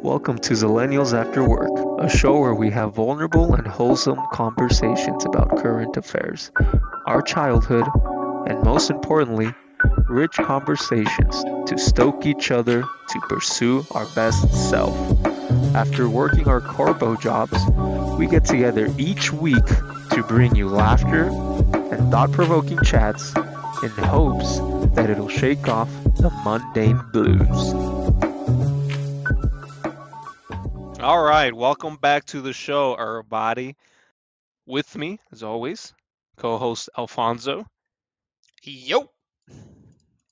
Welcome to Zillennials After Work, a show where we have vulnerable and wholesome conversations about current affairs, our childhood, and most importantly, rich conversations to stoke each other to pursue our best self. After working our corpo jobs, we get together each week to bring you laughter and thought provoking chats in hopes that it'll shake off the mundane blues. All right, welcome back to the show, everybody. With me, as always, co host Alfonso Yo.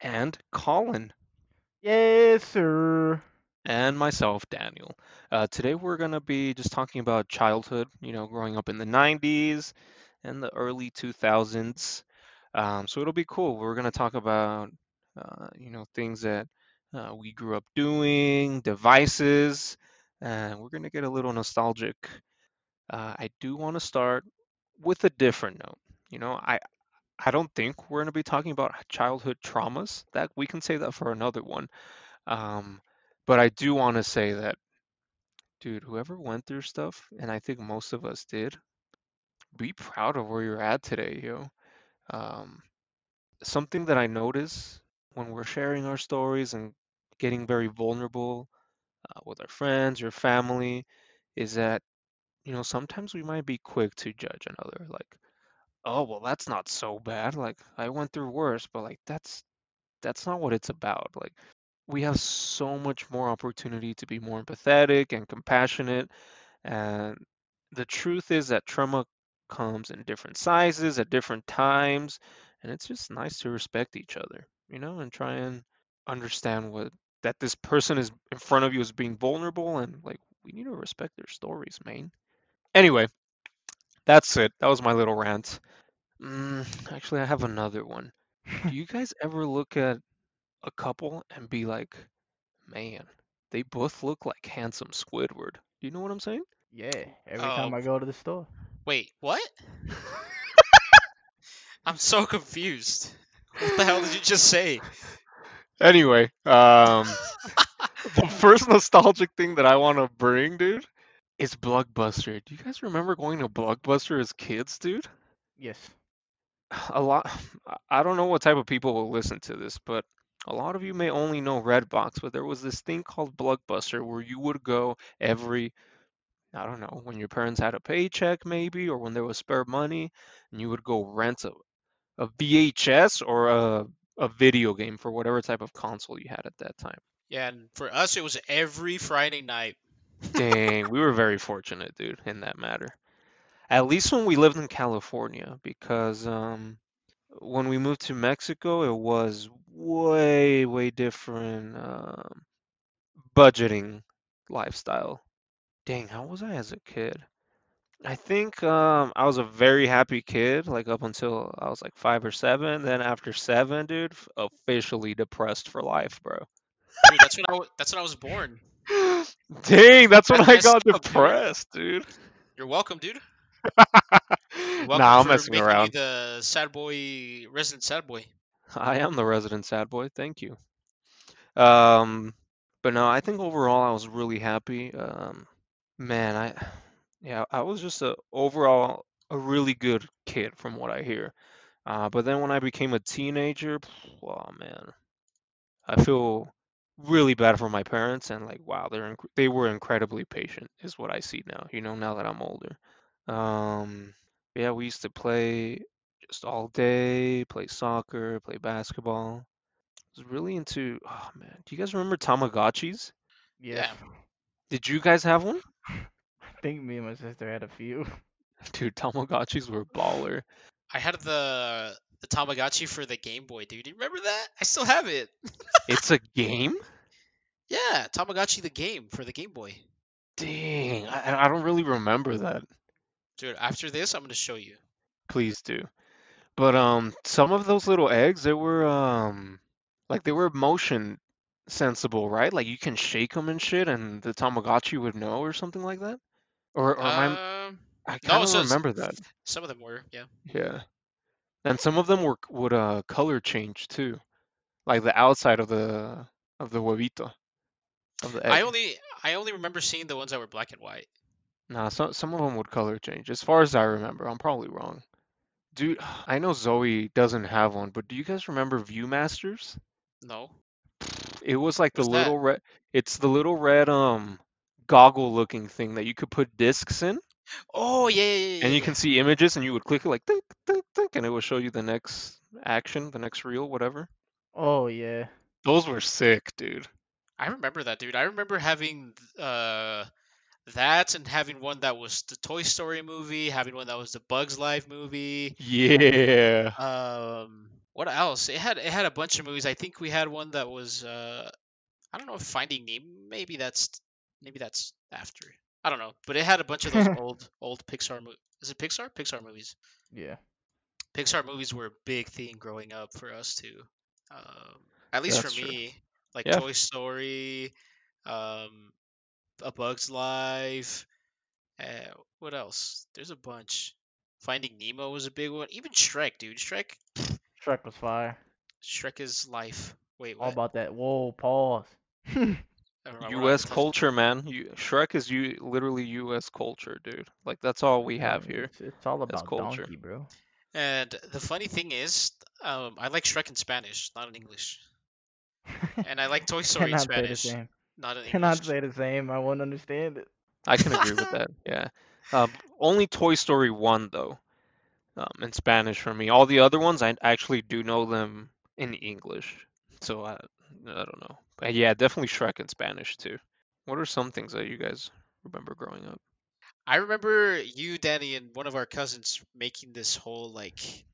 and Colin. Yes, sir. and myself, Daniel. Uh, today we're going to be just talking about childhood, you know, growing up in the 90s and the early 2000s. Um, so it'll be cool. We're going to talk about, uh, you know, things that uh, we grew up doing, devices, and we're going to get a little nostalgic. Uh, I do want to start with a different note. You know, I, I don't think we're going to be talking about childhood traumas. That we can save that for another one. Um, but I do want to say that, dude, whoever went through stuff, and I think most of us did, be proud of where you're at today, yo. Um, something that I notice when we're sharing our stories and getting very vulnerable uh, with our friends or family is that, you know, sometimes we might be quick to judge another. Like, oh, well, that's not so bad. Like, I went through worse, but like, that's that's not what it's about. Like, we have so much more opportunity to be more empathetic and compassionate. And the truth is that trauma comes in different sizes at different times. And it's just nice to respect each other, you know, and try and understand what that this person is in front of you is being vulnerable and like we need to respect their stories, man. Anyway, that's it. That was my little rant. Mm, actually, I have another one. Do you guys ever look at a couple and be like, man, they both look like handsome Squidward. Do you know what I'm saying? Yeah, every time Oh. I go to the store. Wait, what? I'm so confused. What the hell did you just say? Anyway, um, the first nostalgic thing that I want to bring, dude, is Blockbuster. Do you guys remember going to Blockbuster as kids, dude? Yes. A lot. I- I don't know what type of people will listen to this, but a lot of you may only know Redbox, but there was this thing called Blockbuster where you would go every I don't know, when your parents had a paycheck maybe, or when there was spare money, and you would go rent a, a VHS or a, a video game for whatever type of console you had at that time. Yeah, and for us, it was every Friday night. Dang, we were very fortunate, dude, in that matter. At least when we lived in California, because um, when we moved to Mexico, it was way, way different um, budgeting lifestyle. Dang, how was I as a kid? I think um, I was a very happy kid, like up until I was like five or seven. Then after seven, dude, f- officially depressed for life, bro. Dude, that's when I was, that's when I was born. Dang, that's when That's I messed got up, dude. depressed, dude. You're welcome, dude. You're welcome nah, I'm for messing making around. me the sad boy, resident sad boy. I am the resident sad boy. Thank you. Um, but no, I think overall I was really happy. Um, man, I yeah, I was just a overall a really good kid from what I hear. Uh, but then when I became a teenager, oh man, I feel really bad for my parents and like wow, they're inc- they were incredibly patient is what I see now, you know, now that I'm older. Um, yeah, we used to play just all day, play soccer, play basketball was really into oh man do you guys remember tamagotchis Yes. did you guys have one I think me and my sister had a few. dude tamagotchis were baller I had the the Tamagotchi for the Game Boy, dude. You remember that? I still have it. it's a game Yeah, Tamagotchi the game for the Game Boy. dang i, I don't really remember that Dude, after this, I'm gonna show you. please do but um some of those little eggs they were um like they were motion sensible right like you can shake them and shit and the tamagotchi would know or something like that or or am Um, i i no, kind of so it's- remember that some of them were, yeah. yeah and some of them were would uh color change too like the outside of the of the huevito of the egg. I only I only remember seeing the ones that were black and white. Nah, some some of them would color change. As far as I remember, I'm probably wrong. Dude, I know Zoe doesn't have one, but do you guys remember ViewMasters? No. It was like the What's that? little red. It's the little red um goggle-looking thing that you could put discs in, Oh yeah, yeah, yeah. and yeah, you can see images, and you would click it like think, think, think, and it would show you the next action, the next reel, whatever. Oh yeah. Those were sick, dude. yeah. I remember that, dude. I remember having uh that and having one that was the Toy Story movie, having one that was the Bugs Life movie. Yeah. Um, what else? It had it had a bunch of movies. I think we had one that was uh, I don't know if Finding Nemo. Maybe that's maybe that's after. I don't know, but it had a bunch of those old old Pixar movies. Is it Pixar? Pixar movies. Yeah. Pixar movies were a big thing growing up for us too. Um, at least That's for true. me, like Yeah. Toy Story, um, A Bug's Life. Uh, what else? There's a bunch. Finding Nemo was a big one. Even Shrek, dude. Shrek Shrek was fire. Shrek is life. Wait, All what? about that. Whoa, pause. I don't know, we're not U.S. gonna touch- culture, man. You, Shrek is you literally U.S. culture, dude. Like that's all we have here. It's, it's all That's about culture. donkey, bro. And the funny thing is, um, I like Shrek in Spanish, not in English. And I like Toy Story in Cannot say the Spanish, same. not in Cannot English. say the same. I won't understand it. I can agree with that. Yeah. Um, only Toy Story 1, though, um, in Spanish for me. All the other ones, I actually do know them in English. So I, I don't know. But yeah, definitely Shrek in Spanish, too. What are some things that you guys remember growing up? I remember you, Danny, and one of our cousins making this whole like,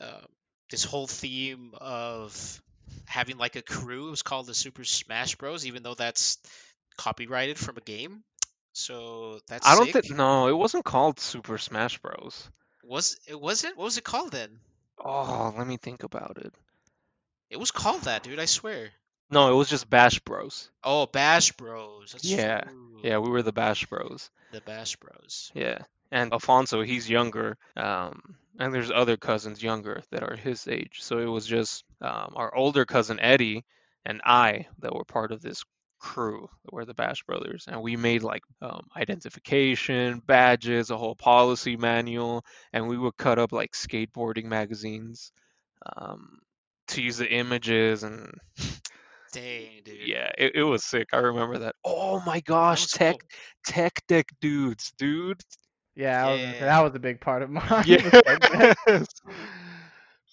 um, this whole theme of having like a crew. It was called the Super Smash Bros. Even though that's copyrighted from a game, so that's I don't sick. think, no, it wasn't called Super Smash Bros. was it was it what was it called then? Oh, let me think about it. It was called that, dude. I swear. No, it was just Bash Bros. Oh, Bash Bros. That's Yeah, true. Yeah, we were the Bash Bros. The Bash Bros. Yeah. And Alfonso, he's younger. Um, and there's other cousins younger that are his age. So it was just um, our older cousin Eddie and I that were part of this crew that were the Bash Brothers. And we made like um, identification, badges, a whole policy manual. And we would cut up like skateboarding magazines um, to use the images. And Dang, dude. yeah, it, it was sick. I remember that. Oh my That gosh, was tech, cool. tech deck dudes, dude. Yeah, I was gonna say, Yeah. that was a big part of mine. was like that. Yes.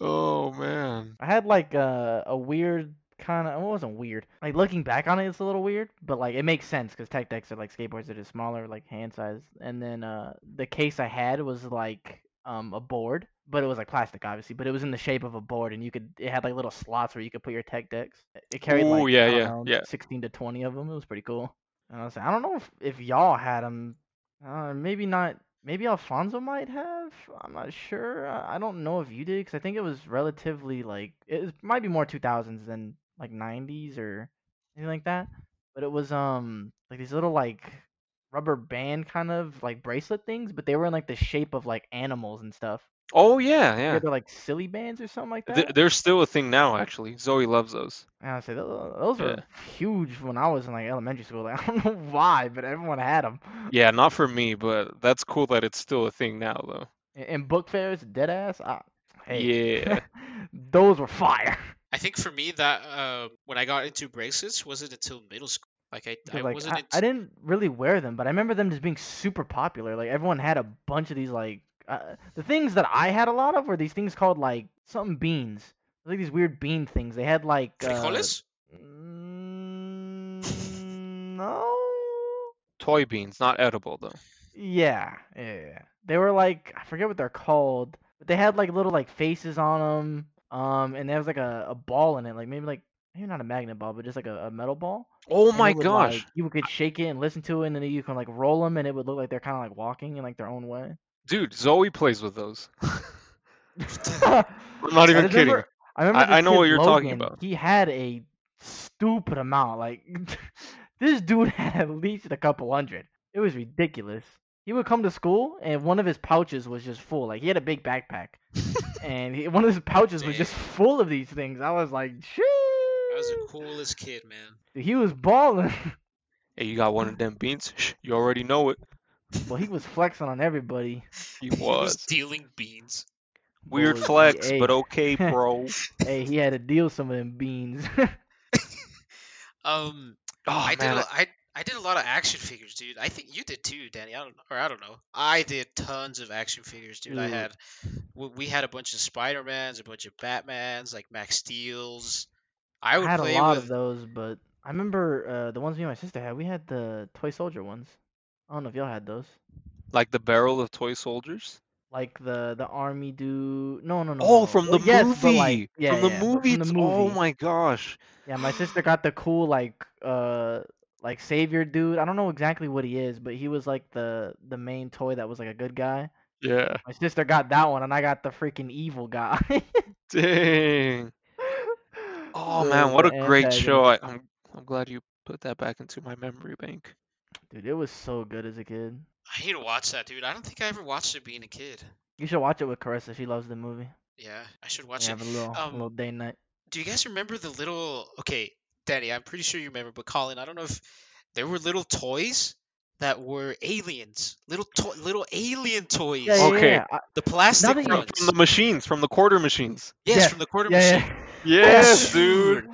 Oh man. um, I had like a, a weird kind of. It wasn't weird. Like looking back on it, it's a little weird, but like it makes sense because tech decks are like skateboards that are smaller, like hand size. And then uh, the case I had was like um a board, but it was like plastic, obviously. But it was in the shape of a board, and you could it had like little slots where you could put your tech decks. It- It carried Ooh, like yeah, I don't yeah, know, yeah. sixteen to twenty of them. It was pretty cool. And I was like, I don't know if, if y'all had them. Uh, maybe not. Maybe Alfonso might have. I'm not sure. I I don't know if you did because I think it was relatively like it was- might be more 2000s than like 90s or anything like that. But it was um like these little like rubber band kind of like bracelet things, but they were in like the shape of like animals and stuff. Oh yeah, Yeah. yeah. They're like silly bands or something like that. Th- They're still a thing now, actually. Zoe loves those. And I said those, those Yeah. were huge when I was in like elementary school. Like, I don't know why, but everyone had them. Yeah, not for me, but that's cool that it's still a thing now, though. in, in book fairs, dead ass. I, hey, Yeah. those were fire. I think for me that um, when I got into bracelets wasn't until middle school. Like I, 'Cause, I like wasn't. I, into... I didn't really wear them, but I remember them just being super popular. Like everyone had a bunch of these. Like uh, the things that I had a lot of were these things called like something beans. Like these weird bean things. They had like uh, Frijoles? mm, no. Toy beans, not edible though. Yeah, yeah, yeah, yeah. They were like I forget what they're called, but they had like little like faces on them. Um, and there was like a, a ball in it, like maybe like maybe not a magnet ball, but just like a, a metal ball. Oh and my it would, gosh. like, you could shake it and listen to it, and then you can like roll them, and it would look like they're kind of like walking in like their own way. Dude, Zoe plays with those. I'm I'm not even kidding. I remember. I- this I know kid, what you're talking Logan, about. He had a stupid amount. Like this dude had at least a couple hundred. It was ridiculous. He would come to school, and one of his pouches was just full. Like he had a big backpack, and he, one of his pouches was just full of these things. I was like, shit. I was the coolest kid, man. He was balling. Hey, you got one of them beans? Shh, you already know it. Well, he was flexing on everybody. He He was was. dealing beans. Weird Boy, he- flex, hey, but okay, bro. Hey, he had to deal some of them beans. Um, Oh I did man, a, I I did a lot of action figures, dude. I think you did too, Danny. I don't or I don't know. I did tons of action figures, dude. I Dude. had w- we had a bunch of Spider Mans, a bunch of Batmans, like Max Steels. I I would had a play lot of with those, but I remember uh, the ones me and my sister had. We had the toy soldier ones. I don't know if y'all had those. like the barrel of toy soldiers. Like the the army dude. No, no, no, no, Oh, no. from Mm-hmm. Well, the yes, but like, movie. yeah, From the yeah, but movie. from the It's, oh movie. my gosh. Yeah, my sister got the cool like uh like savior dude. I don't know exactly what he is, but he was like the the main toy that was like a good guy. Yeah. My sister got that one, and I got the freaking evil guy, Dang. Oh man, the what the a great show. antagonist. I, I'm I'm glad you put that back into my memory bank. Dude, it was so good as a kid. I need to watch that, dude. I don't think I ever watched it being a kid. You should watch it with Carissa. She loves the movie. Yeah, I should We watch it. have a little a Um, little day night. do you guys remember the little? Okay, Danny, I'm pretty sure you remember, but Colin, I don't know if there were little toys that were aliens, little to- little alien Yeah, toys, yeah, Okay. yeah. I, the now plastic that From you, from ones. the machines, from the quarter machines. Yes, yeah, from the quarter yeah, machine. yeah. Yes, dude. Dude,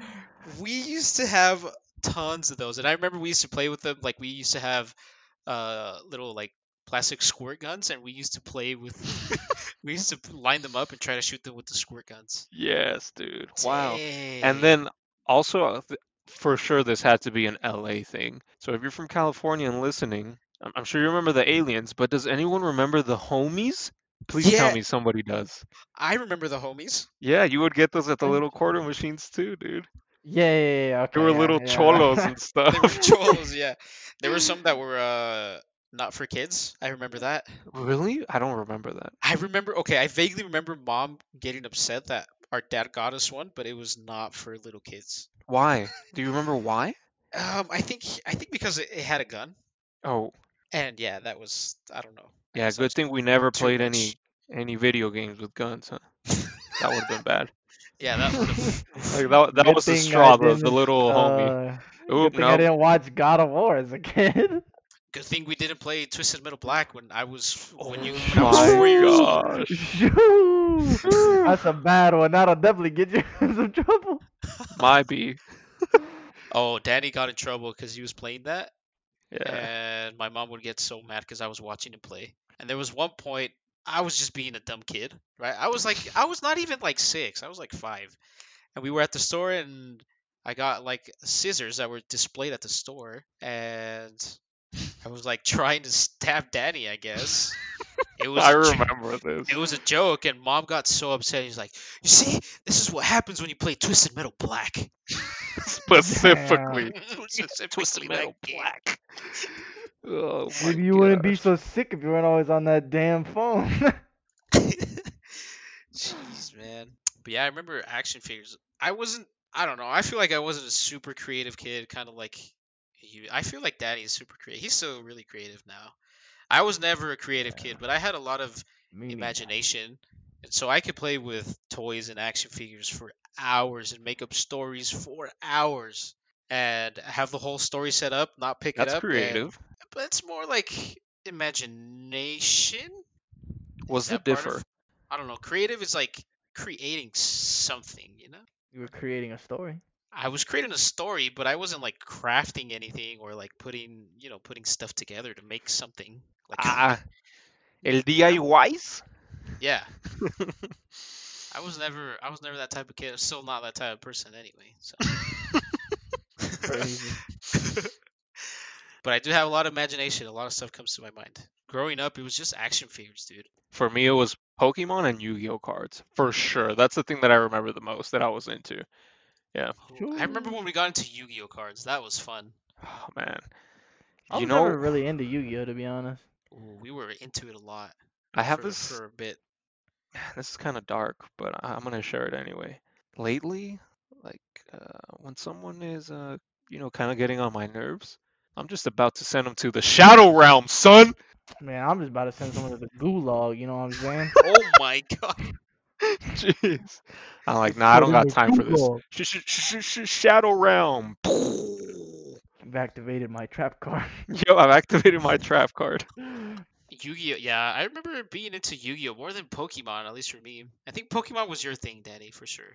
we used to have tons of those, and I remember we used to play with them. Like we used to have uh little like plastic squirt guns, and we used to play with. we used to line them up and try to shoot them with the squirt guns. Yes, dude. Wow. And Dang. then also, uh, th- for sure, this had to be an LA thing. So if you're from California and listening, I'm, I'm sure you remember the aliens, but does anyone remember the homies? Please tell Yeah, me somebody does. I remember the homies. Yeah, you would get those at the I- little quarter machines too, dude. yeah, yeah, yeah. They were Okay, little yeah, cholos yeah. and They were stuff. cholos, yeah. There were some that were uh not for kids. I remember that. Really? I don't remember that. I remember okay, I vaguely remember mom getting upset that our dad got us one, but it was not for little kids. Why? Do you remember why? Um I think I think because it, it had a gun. Oh, And yeah, that was I don't know. I yeah, guess I good was thing we never too played any much. any video games with guns, huh? That would have been bad. Yeah, that would have Like that that Good was the thing I straw, the, the didn't. little homie. Uh, Oop, good thing I nope. didn't watch God of War as a kid. good thing we didn't play Twisted Metal Black when I was when you Oh when I was my four years old. gosh. Shoo! Whew. That's a bad one. That'll definitely get you in some Oh trouble. Might be. Oh, Danny got in trouble because he was playing that. Yeah. and my mom would get so mad because I was watching him play. And there was one point I was just being a dumb kid, right? I was like, I was not even like six, I was like five, and we were at the store, and I got like scissors that were displayed at the store, and I was like trying to stab Danny. I guess it was I a j- remember this. it was a joke, and mom got so upset. He's like, "You see, this is what happens when you play Twisted Metal Black." Specifically. Damn. Twisted Specifically that Metal game. Black. Oh my Maybe you wouldn't be gosh. so sick if you weren't always on that damn phone. Jeez, man. But yeah, I remember action figures. I wasn't. I don't know. I feel like I wasn't a super creative kid. Kind of like you. I feel like Daddy's super creative. He's still really creative now. I was never a creative Yeah, kid, but I had a lot of me neither. imagination, and so I could play with toys and action figures for hours and make up stories for hours and have the whole story set up, not pick it That's up, and creative. but it's more like imagination. Is What's the that part of? differ? I don't know. Creative is like creating something, you know? You were creating a story. I was creating a story, but I wasn't like crafting anything or like putting, you know, putting stuff together to make something. Like, Ah, el yeah, DIYs? yeah. I was never, I was never that type of kid. I'm still not that type of person anyway. So, Crazy. but I do have a lot of imagination. A lot of stuff comes to my mind. Growing up, it was just action figures, dude. For me, it was Pokemon and Yu-Gi-Oh cards. For sure. That's the thing that I remember the most that I was into. Yeah. Cool. Oh, I remember Shoo. when we got into Yu-Gi-Oh cards. That was fun. Oh man. I You was know, never really into Yu-Gi-Oh to be honest. Ooh, we were into it a lot I have for this for a bit. this is kind of dark, but I- I'm gonna share it anyway. Lately, like uh, when someone is, uh, you know, kind of getting on my nerves, I'm just about to send them to the shadow realm, son. Man, I'm just about to send someone to the gulag. You know what I'm saying? Oh my god. Jeez, I'm like, Just nah, I put don't in got the time for this. gulag. Sh- sh- sh- sh- sh- Shadow realm. You've activated my trap card. Yo, I've activated my trap card. Yu-Gi-Oh! Yeah, I remember being into Yu-Gi-Oh! more than Pokemon, at least for me. I think Pokemon was your thing, Danny, for sure.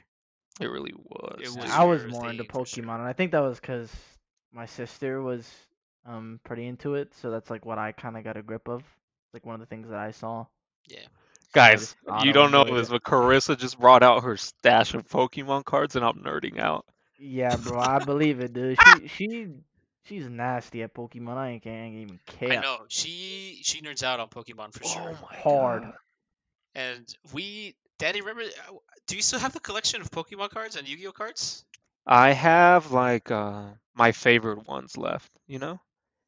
It really was. It dude. was I was your more into thing for sure. Pokemon, and I think that was because my sister was um pretty into it, so that's like what I kind of got a grip of. Like one of the things that I saw. Guys, I you don't don't know know this, either. but Carissa just brought out her stash of Pokemon cards, and I'm nerding out. Yeah, bro, I believe it, dude. She she she's nasty at Pokemon. I ain't, I ain't even care. I know she she nerds out on Pokemon for sure. Oh my Hard. God. And we, Danny, remember? Do you still have the collection of Pokemon cards and Yu-Gi-Oh cards? I have like uh my favorite ones left, you know?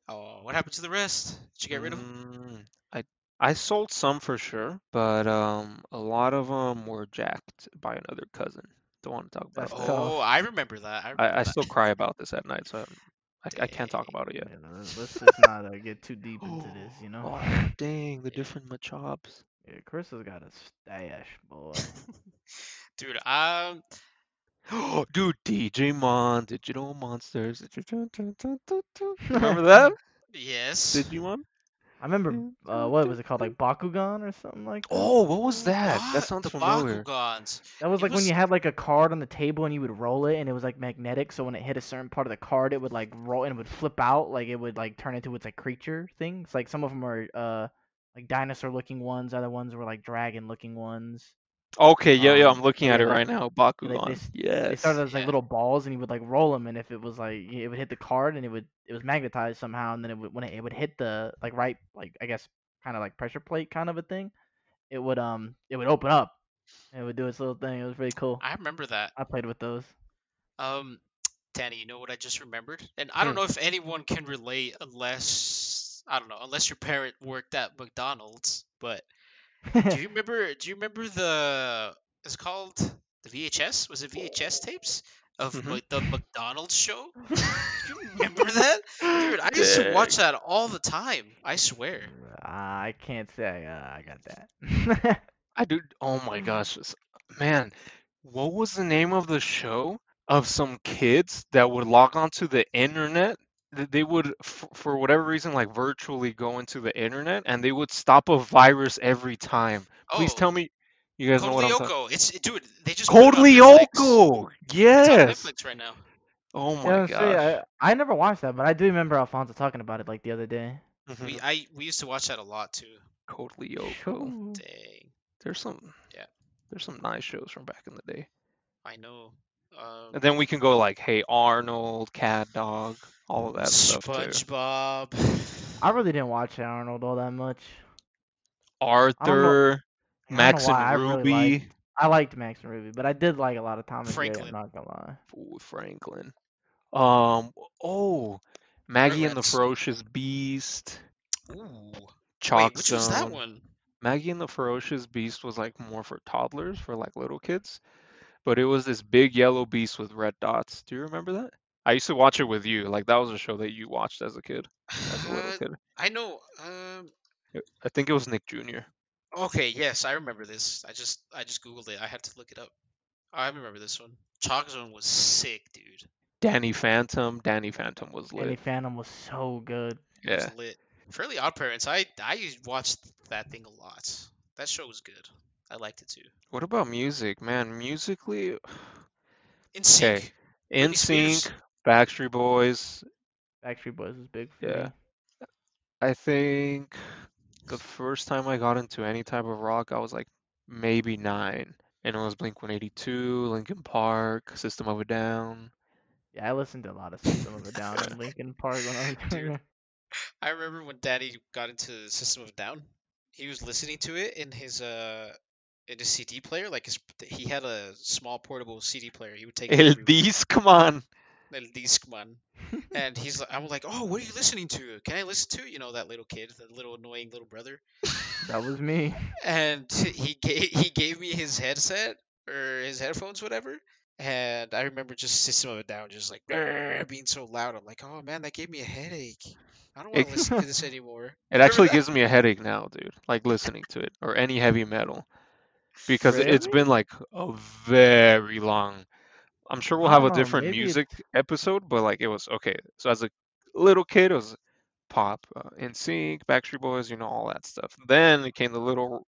Oh, what happened to the rest? Did you get rid of them? Mm, I I sold some for sure, but um a lot of them were jacked by another cousin. Don't want to talk about That's that. tough. Oh, I remember that. I, remember I, I that. still cry about this at night, so I'm- I, I can't talk Dang. about it yet. Yeah, let's let's just not uh, get too deep into this, you know. Oh, dang, the Yeah. different Machops. Yeah, Carissa's got a stash, boy. Dude, um, Dude, DJ Mon, Digital Monsters. Remember that? yes. Digimon? I remember, Dun, uh, dun, what dun, was it called, like dun. Bakugan or something like that? Oh, what was that? That What? sounds the familiar. Bakugans. That was It like when was- you had like a card on the table and you would roll it and it was like magnetic, so when it hit a certain part of the card, it would like roll and it would flip out, like it would like turn into its like creature things. like some of them are uh like dinosaur looking ones, other ones were like dragon looking ones. Okay, yeah, yeah, Um, I'm looking yeah, at it like- right now. yeah, like Bakugan. this- They yes. started as like yeah. little balls and you would like roll them and if it was like it would hit the card and it would it was magnetized somehow and then it would when it, it would hit the like right like I guess kind of like pressure plate kind of a thing, it would um it would open up. And it would do its little thing. It was pretty cool. I remember that. I played with those. Um, Danny, you know what I just remembered? And I don't Hmm. know if anyone can relate unless I don't know, unless your parent worked at McDonald's, but do you remember do you remember the it's called the VHS? Was it VHS tapes of Mhm. Mc- the McDonald's show? Do you remember that? Dude, I used to watch that all the time. I swear. I can't say uh, I got that. I do. Oh my gosh, s- man, what was the name of the show of some kids that would log onto the internet? th- They would, f- for whatever reason, like virtually go into the internet, and they would stop a virus every time. Please Oh, tell me, you guys know Code what I'm talking. Lyoko. It's dude. They just put Code it on Netflix. Lyoko. It's on Yes. Netflix right now. Oh my yeah, see, gosh. I, I never watched that, but I do remember Alfonso talking about it like the other day. Mhm. We I we used to watch that a lot too. Code Lyoko. Shoo. Dang. There's some. Yeah. There's some nice shows from back in the day. I know. Um, And then we can go like, hey Arnold, Cat Dog, all of that stuff too. SpongeBob. I really didn't watch Arnold all that much. Arthur, I don't know Max and why, I really Ruby, liked- I liked Max and Ruby, but I did like a lot of Tom and Jerry. Franklin. I'm not gonna lie. Ooh, Franklin. Um, oh, Maggie and the Rugrats. Ferocious Beast, Ooh. Wait, which was that Chalkstone. one? Maggie and the Ferocious Beast was like more for toddlers, for like little kids. But it was this big yellow beast with red dots. Do you remember that? I used to watch it with you. Like that was a show that you watched as a kid, as a little Uh, kid. I know. Um. I think it was Nick Jr. Okay. Yes, I remember this. I just I just googled it. I had to look it up. I remember this one. Chalkstone was sick, dude. Danny Phantom. Danny Phantom was Danny lit. Phantom was so good. It Yeah. was lit. Fairly Odd Parents. I I watched that thing a lot. That show was good. I liked it too. What about music, man? Musically, In sync. In Spears. Sync, Backstreet Boys. Backstreet Boys was big for Yeah. me. I think the first time I got into any type of rock, I was like maybe nine, and it was Blink 182, Linkin Park, System of a Down. Yeah, I listened to a lot of System of a Down and Linkin Park when I was Dude. younger. I remember when Daddy got into System of a Down. He was listening to it in his uh in his CD player. Like his, he had a small portable CD player. He would take it El everywhere. Discman. El Discman. And he's like, I'm like, oh, what are you listening to? Can I listen to? it?" You know that little kid, that little annoying little brother. That was me. and he gave he gave me his headset or his headphones, whatever. And I remember just System of a Down, just like "Grr," being so loud. I'm like, oh man, that gave me a headache. I don't want It- to listen to this anymore. It actually that? gives me a headache now, dude. Like listening to it or any heavy metal because it's Really? been like a very long. I'm sure we'll have I a don't know, different maybe music episode, but like it was okay. So as a little kid, it was pop, uh, NSYNC, Backstreet Boys, you know, all that stuff. Then it came the little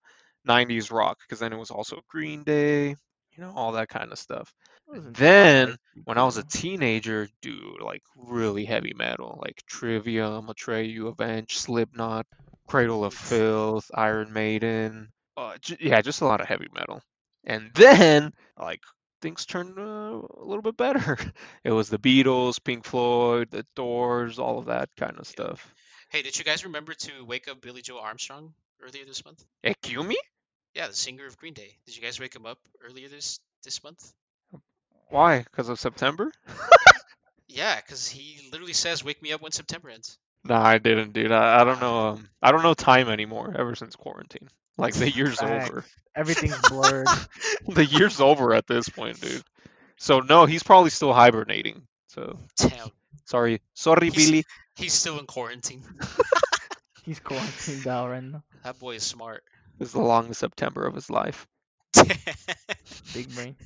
90s rock, because then it was also Green Day, you know, all that kind of stuff. Wasn't Then, Backstreet When I was a Boys. teenager, dude, like really heavy metal, like Trivium, Atreyu, Avenged, Slipknot, Cradle of Oof. Filth, Iron Maiden. Uh, j- yeah, just a lot of heavy metal. And then, like, things turned uh, a little bit better. It was the Beatles, Pink Floyd, the Doors, all of that kind of stuff. Hey, did you guys remember to wake up Billy Joe Armstrong earlier this month? Ekumi? Yeah, the singer of Green Day. Did you guys wake him up earlier this this month? Why? Because of September? Yeah, because he literally says, "Wake me up when September ends." No, I didn't, dude. I, I don't know. Um, I don't know time anymore. Ever since quarantine, like the year's Facts. over. Everything's blurred. the year's over at this point, dude. So no, he's probably still hibernating. So Damn, sorry, sorry, He's- Billy. he's still in quarantine. He's quarantined out right now. That boy is smart. This is the longest September of his life. F Big brain.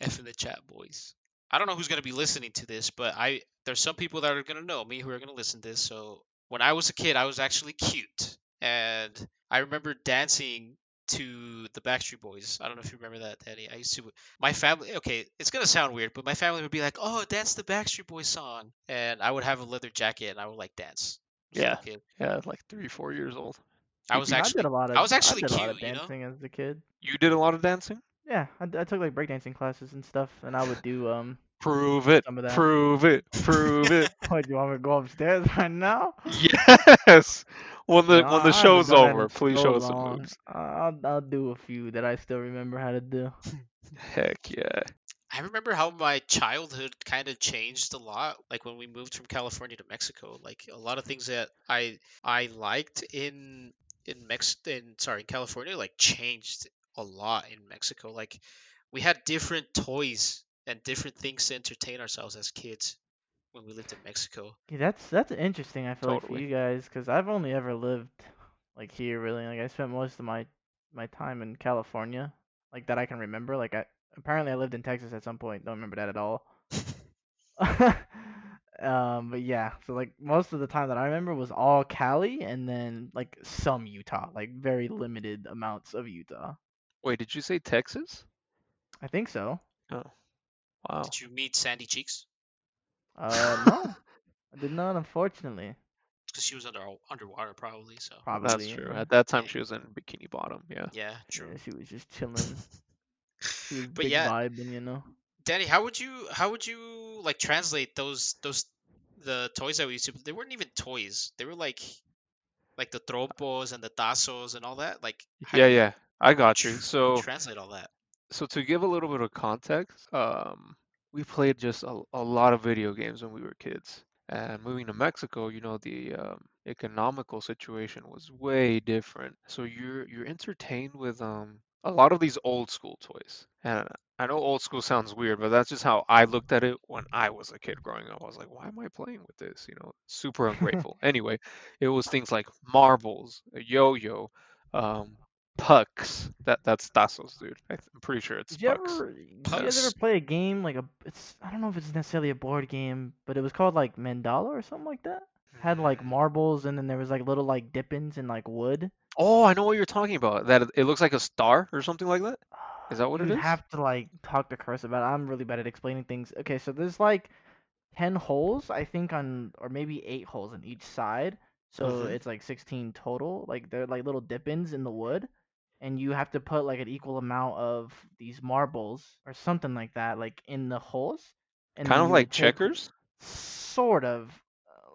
in the chat, boys. I don't know who's gonna be listening to this, but I there's some people that are gonna know me who are gonna listen to this. So when I was a kid, I was actually cute, and I remember dancing to the Backstreet Boys. I don't know if you remember that, Danny. I used to. My family. Okay, it's gonna sound weird, but my family would be like, "Oh, dance the Backstreet Boys song," and I would have a leather jacket and I would like dance. as a Yeah. kid. Yeah, like three, four years old. I was Yeah, actually. I, did a lot of, I was actually I did a lot of cute, you know? dancing as a kid. You did a lot of dancing. Yeah, I, d- I took like breakdancing classes and stuff, and I would do um. Prove it. Some of that. Prove it. Prove it. What, you want me to go upstairs right now? Yes. When the No, when I the haven't show's done that in over, please so show us some long. moves. I- I'll, I'll do a few that I still remember how to do. Heck yeah. I remember how my childhood kind of changed a lot, like when we moved from California to Mexico. Like a lot of things that I I liked in in Mex in sorry in California like changed a lot in Mexico. Like we had different toys and different things to entertain ourselves as kids when we lived in Mexico. Yeah, that's that's interesting. I feel like for Totally. you guys, because I've only ever lived like here really. Like I spent most of my my time in California, like that I can remember. Like I apparently I lived in Texas at some point. Don't remember that at all. um, but yeah, so like most of the time that I remember was all Cali, and then like some Utah, like very limited amounts of Utah. Wait, did you say Texas? I think so. Wow. Did you meet Sandy Cheeks? Uh, no, I did not, unfortunately. Because she was under underwater probably. So Probably. That's true. yeah. At that time, she was in Bikini Bottom. Yeah. yeah, Yeah, true. Uh, she was just chilling. She was But big yeah. vibing, you know. Danny, how would you how would you like translate those those the toys that we used to they weren't even toys. They were like like the tropos and the tazos and all that. Like how Yeah, do you yeah. I got you. tr- So. translate all that? so to give a little bit of context, um, we played just a, a lot of video games when we were kids. And moving to Mexico, you know, the um, economical situation was way different. So you're you're entertained with um, a lot of these old school toys. And I know old school sounds weird, but that's just how I looked at it when I was a kid growing up. I was like, why am I playing with this? You know, super ungrateful. anyway, it was things like marbles, a yo-yo, um, pucks. That that's Tassos, dude. I th- I'm pretty sure it's Did you pucks. ever, you guys ever Pucks. play a game like a? It's I don't know if it's necessarily a board game, but it was called like Mandala or something like that. Had like marbles, and then there was like little like dippins in like wood. Oh, I know what you're talking about. That it- it looks like a star or something like that. Is that what it you is? have to like talk to Chris about. it. I'm really bad at explaining things. Okay, so there's like ten holes, I think on, or maybe eight holes on each side. So Mhm. it's like sixteen total. Like they're like little dip-ins in the wood, and you have to put like an equal amount of these marbles or something like that, like in the holes. And Kind then of you would like take- checkers. Sort of. Uh,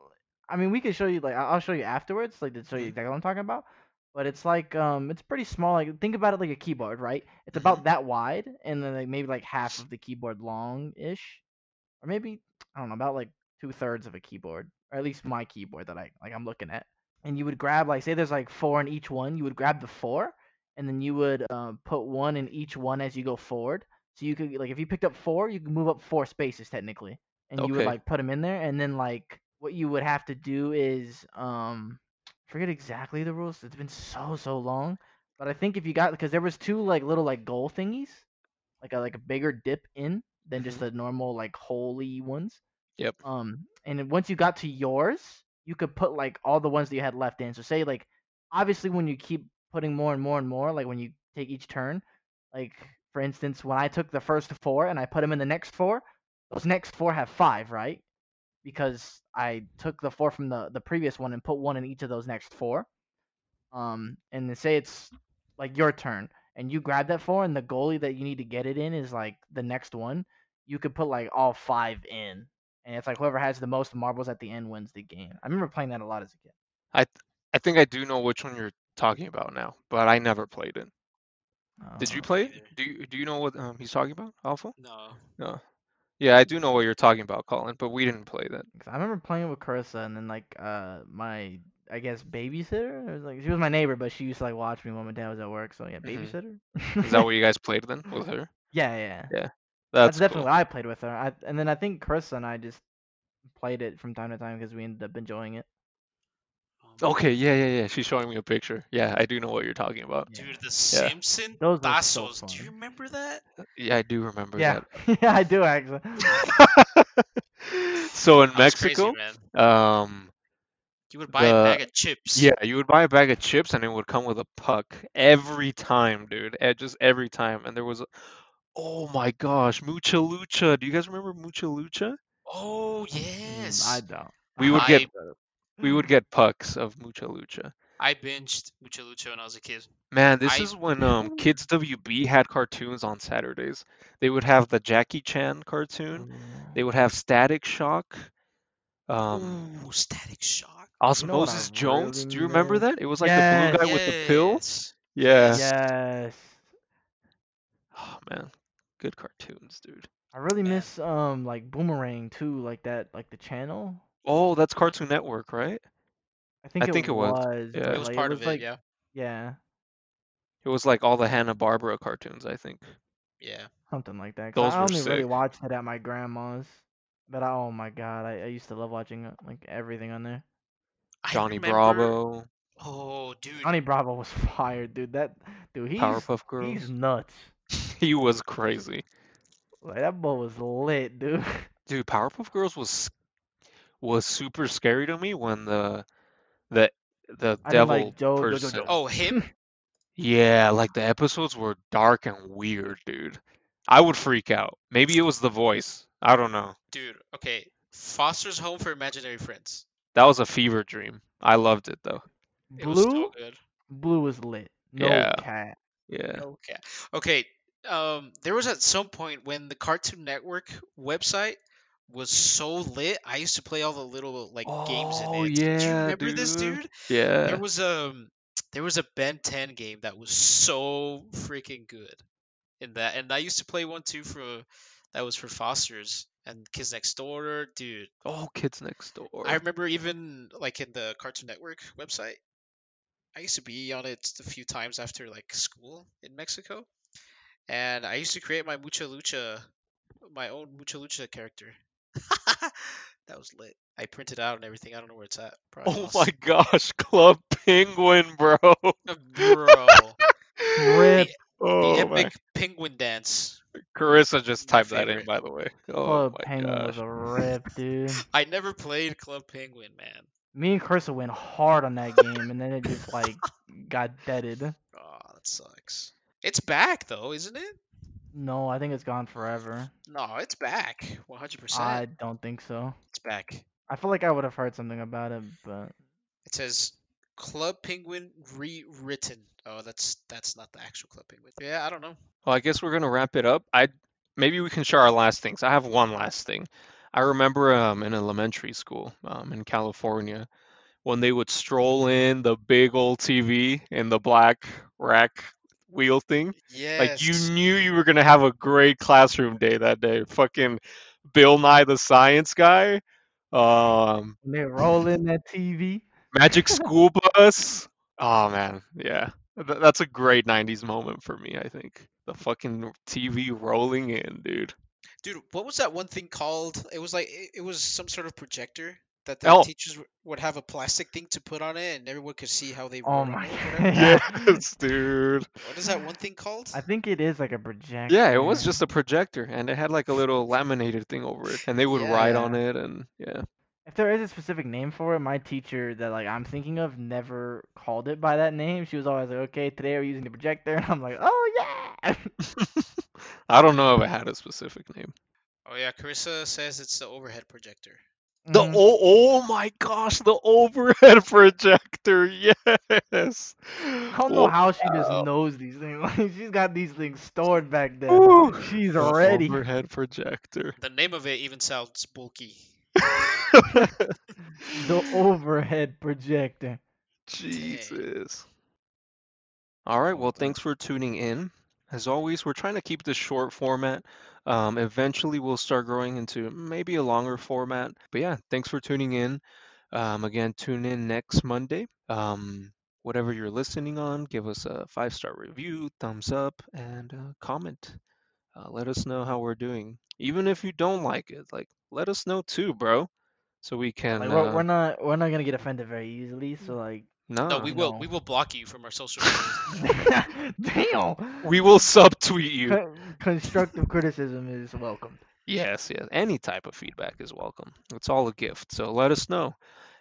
I mean, we could show you like I- I'll show you afterwards, like to show you Mhm. exactly what I'm talking about. But it's like um, it's pretty small. Like think about it like a keyboard, right? It's about that wide, and then like maybe like half of the keyboard long ish, or maybe I don't know about like two thirds of a keyboard, or at least my keyboard that I like I'm looking at. And you would grab like say there's like four in each one, you would grab the four, and then you would uh, put one in each one as you go forward. So you could like if you picked up four, you could move up four spaces technically, and you would Okay. like put them in there, and then like what you would have to do is um forget exactly the rules. It's been so so long, but I think if you got because there was two like little like goal thingies, like a like a bigger dip in than just the normal like holy ones. Yep. Um, and then once you got to yours, you could put like all the ones that you had left in. So say like, obviously when you keep putting more and more and more, like when you take each turn, like for instance, when I took the first four and I put them in the next four, those next four have five, right? Because I took the four from the the previous one and put one in each of those next four. Um, and then say it's like your turn and you grab that four and the goalie that you need to get it in is like the next one. You could put like all five in, and it's like whoever has the most marbles at the end wins the game. I remember playing that a lot as a kid. I think I do know which one you're talking about now, but I never played it. Did you Uh, play either. it? Do you do you know what um, he's talking about? Awful? No. um, No. Yeah, I do know what you're talking about, Colin, but we didn't play that. 'Cause I remember playing with Carissa, and then like uh my I guess babysitter. It was like she was my neighbor, but she used to like watch me when my dad was at work. So yeah, Mhm. babysitter. Is that what you guys played then with her? yeah, yeah. That's, That's definitely cool. what I played with her. I, and then I think Carissa and I just played it from time to time because we ended up enjoying it. Um, Okay, yeah, yeah, yeah. She's showing me a picture. Yeah, I do know what you're talking about. Dude, Yeah. the Simpson Those were so Bassos. Do you fun. remember that? Yeah, I do remember Yeah, yeah, I do actually. that. so in That was Mexico, crazy, man. um, You would buy a bag the- of chips. Yeah, you would buy a bag of chips and it would come with a puck every time, dude. eh, Just every time. And there was, a, oh my gosh, Mucha Lucha. Do you guys remember Mucha Lucha? Oh Mm, yes. I don't. We would get I- we would get pucks of Mucha Lucha. I binged Mucha Lucha when I was a kid. Man, this I- is when um Kids WB had cartoons on Saturdays. They would have the Jackie Chan cartoon. They would have Static Shock, Mm, um, Ooh, Static Shock. You know what I Osmosis Jones. really Do you remember miss? that? It was like the blue guy with the pill. Yes. Yeah. Yes. Yes, Oh man, good cartoons, dude. I really Man. miss um like Boomerang too, like that, like the channel. Oh, that's Cartoon Network, right? I think, it, think it was, was, yeah. but It was like, part it was of it, like, yeah. yeah, It was like all the Hanna Barbera cartoons, I think. Yeah. something like that. 'cause Those I were only really sick. watched it at my grandma's, but I, oh my god, I, I used to love watching uh, like everything on there. I Johnny remember- Bravo, Oh, dude. Johnny Bravo was fired, dude. That dude, he's Powerpuff Girls. he's nuts. He was crazy, Like that boy was lit, dude. dude. Powerpuff Girls was was super scary to me when the the the I didn't devil like Joe- Jojo person. Jojo. Oh, him? Yeah, like the episodes were dark and weird, dude. I would freak out. Maybe it was the voice. I don't know. Dude, okay. Foster's Home for Imaginary Friends. That was a fever dream. I loved it though. It was so Blue, good. blue was lit. No Yeah. cat. Yeah. Okay. Okay. Um, there was at some point when the Cartoon Network website was so lit. I used to play all the little like games in Oh, it. Do you yeah, remember this, dude. dude? Yeah. There was um there was a Ben 10 game that was so freaking good in that and I used to play one too for that was for Fosters and Kids Next Door, dude. Oh, Kids Next Door. I remember even like in the Cartoon Network website. I used to be on it a few times after like school in Mexico and I used to create my Mucha Lucha my own Mucha Lucha character. that was lit. I printed out and everything. I don't know where it's at. Probably Oh lost my gosh, Club Penguin, bro. it. Bro. Rip. Oh the my. epic penguin dance. Carissa just my typed that in, favorite. by the way. Oh Club my Penguin was gosh. a rip, dude. I never played Club Penguin, man. Me and Carissa went hard on that game, and then it just like got deaded. Oh, that sucks. It's back though, isn't it? No, I think it's gone forever. No, it's back. One hundred I percent, don't think so. it's back. I feel like I would have heard something about it, but It says Club Penguin rewritten. Oh, that's that's not the actual Club Penguin. Yeah, I don't know. Well, I guess we're gonna wrap it up. I maybe we can share our last things. I have one last thing. I remember um, in elementary school um, in California when they would stroll in the big old TV in the black rack wheel thing. Like Yes. you knew you were gonna have a great classroom day that day. Fucking Bill Nye the Science Guy, um, when they roll in that TV, Magic School Bus. Oh man, yeah, Th- that's a great '90s moment for me. I think the fucking TV rolling in, dude. Dude, what was that one thing called? It was like it, it was some sort of projector that the Oh. teachers w- would have a plastic thing to put on it, and everyone could see how they. wrote Oh on my it or whatever? god. Yes, dude. What is that one thing called? I think it is like a projector. Yeah, it was just a projector, and it had like a little laminated thing over it, and they would write on it, and yeah. If there is a specific name for it, my teacher that like I'm thinking of never called it by that name. She was always like, "Okay, today we're using the projector," and I'm like, "Oh yeah." I don't know if it had a specific name. Oh yeah, Carissa says it's the overhead projector. The Mhm. oh, oh my gosh, the overhead projector. Yes. I don't know how she just Wow. knows these things. Like she's got these things stored back there. Ooh. She's The ready. Overhead projector. The name of it even sounds bulky. The overhead projector. Jesus. All right. Well, thanks for tuning in. As always, we're trying to keep this short format. Um, eventually, we'll start growing into maybe a longer format. But yeah, thanks for tuning in. Um, again, tune in next Monday. Um, whatever you're listening on, give us a five star review, thumbs up, and uh, comment. Uh, let us know how we're doing. Even if you don't like it, like let us know too, bro. So we can. Like we're, uh, we're not we're not gonna get offended very easily. So like, No, nah. we I will know. we will block you from our social medias. damn. We will subtweet you. Con- constructive criticism is welcome. Yes, yes. Any type of feedback is welcome. It's all a gift. So let us know.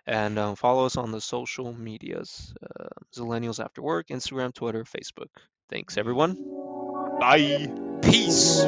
And um, follow us on the social medias uh, Zillennials After Work, Instagram, Twitter, Facebook. Thanks, everyone. Bye. Peace.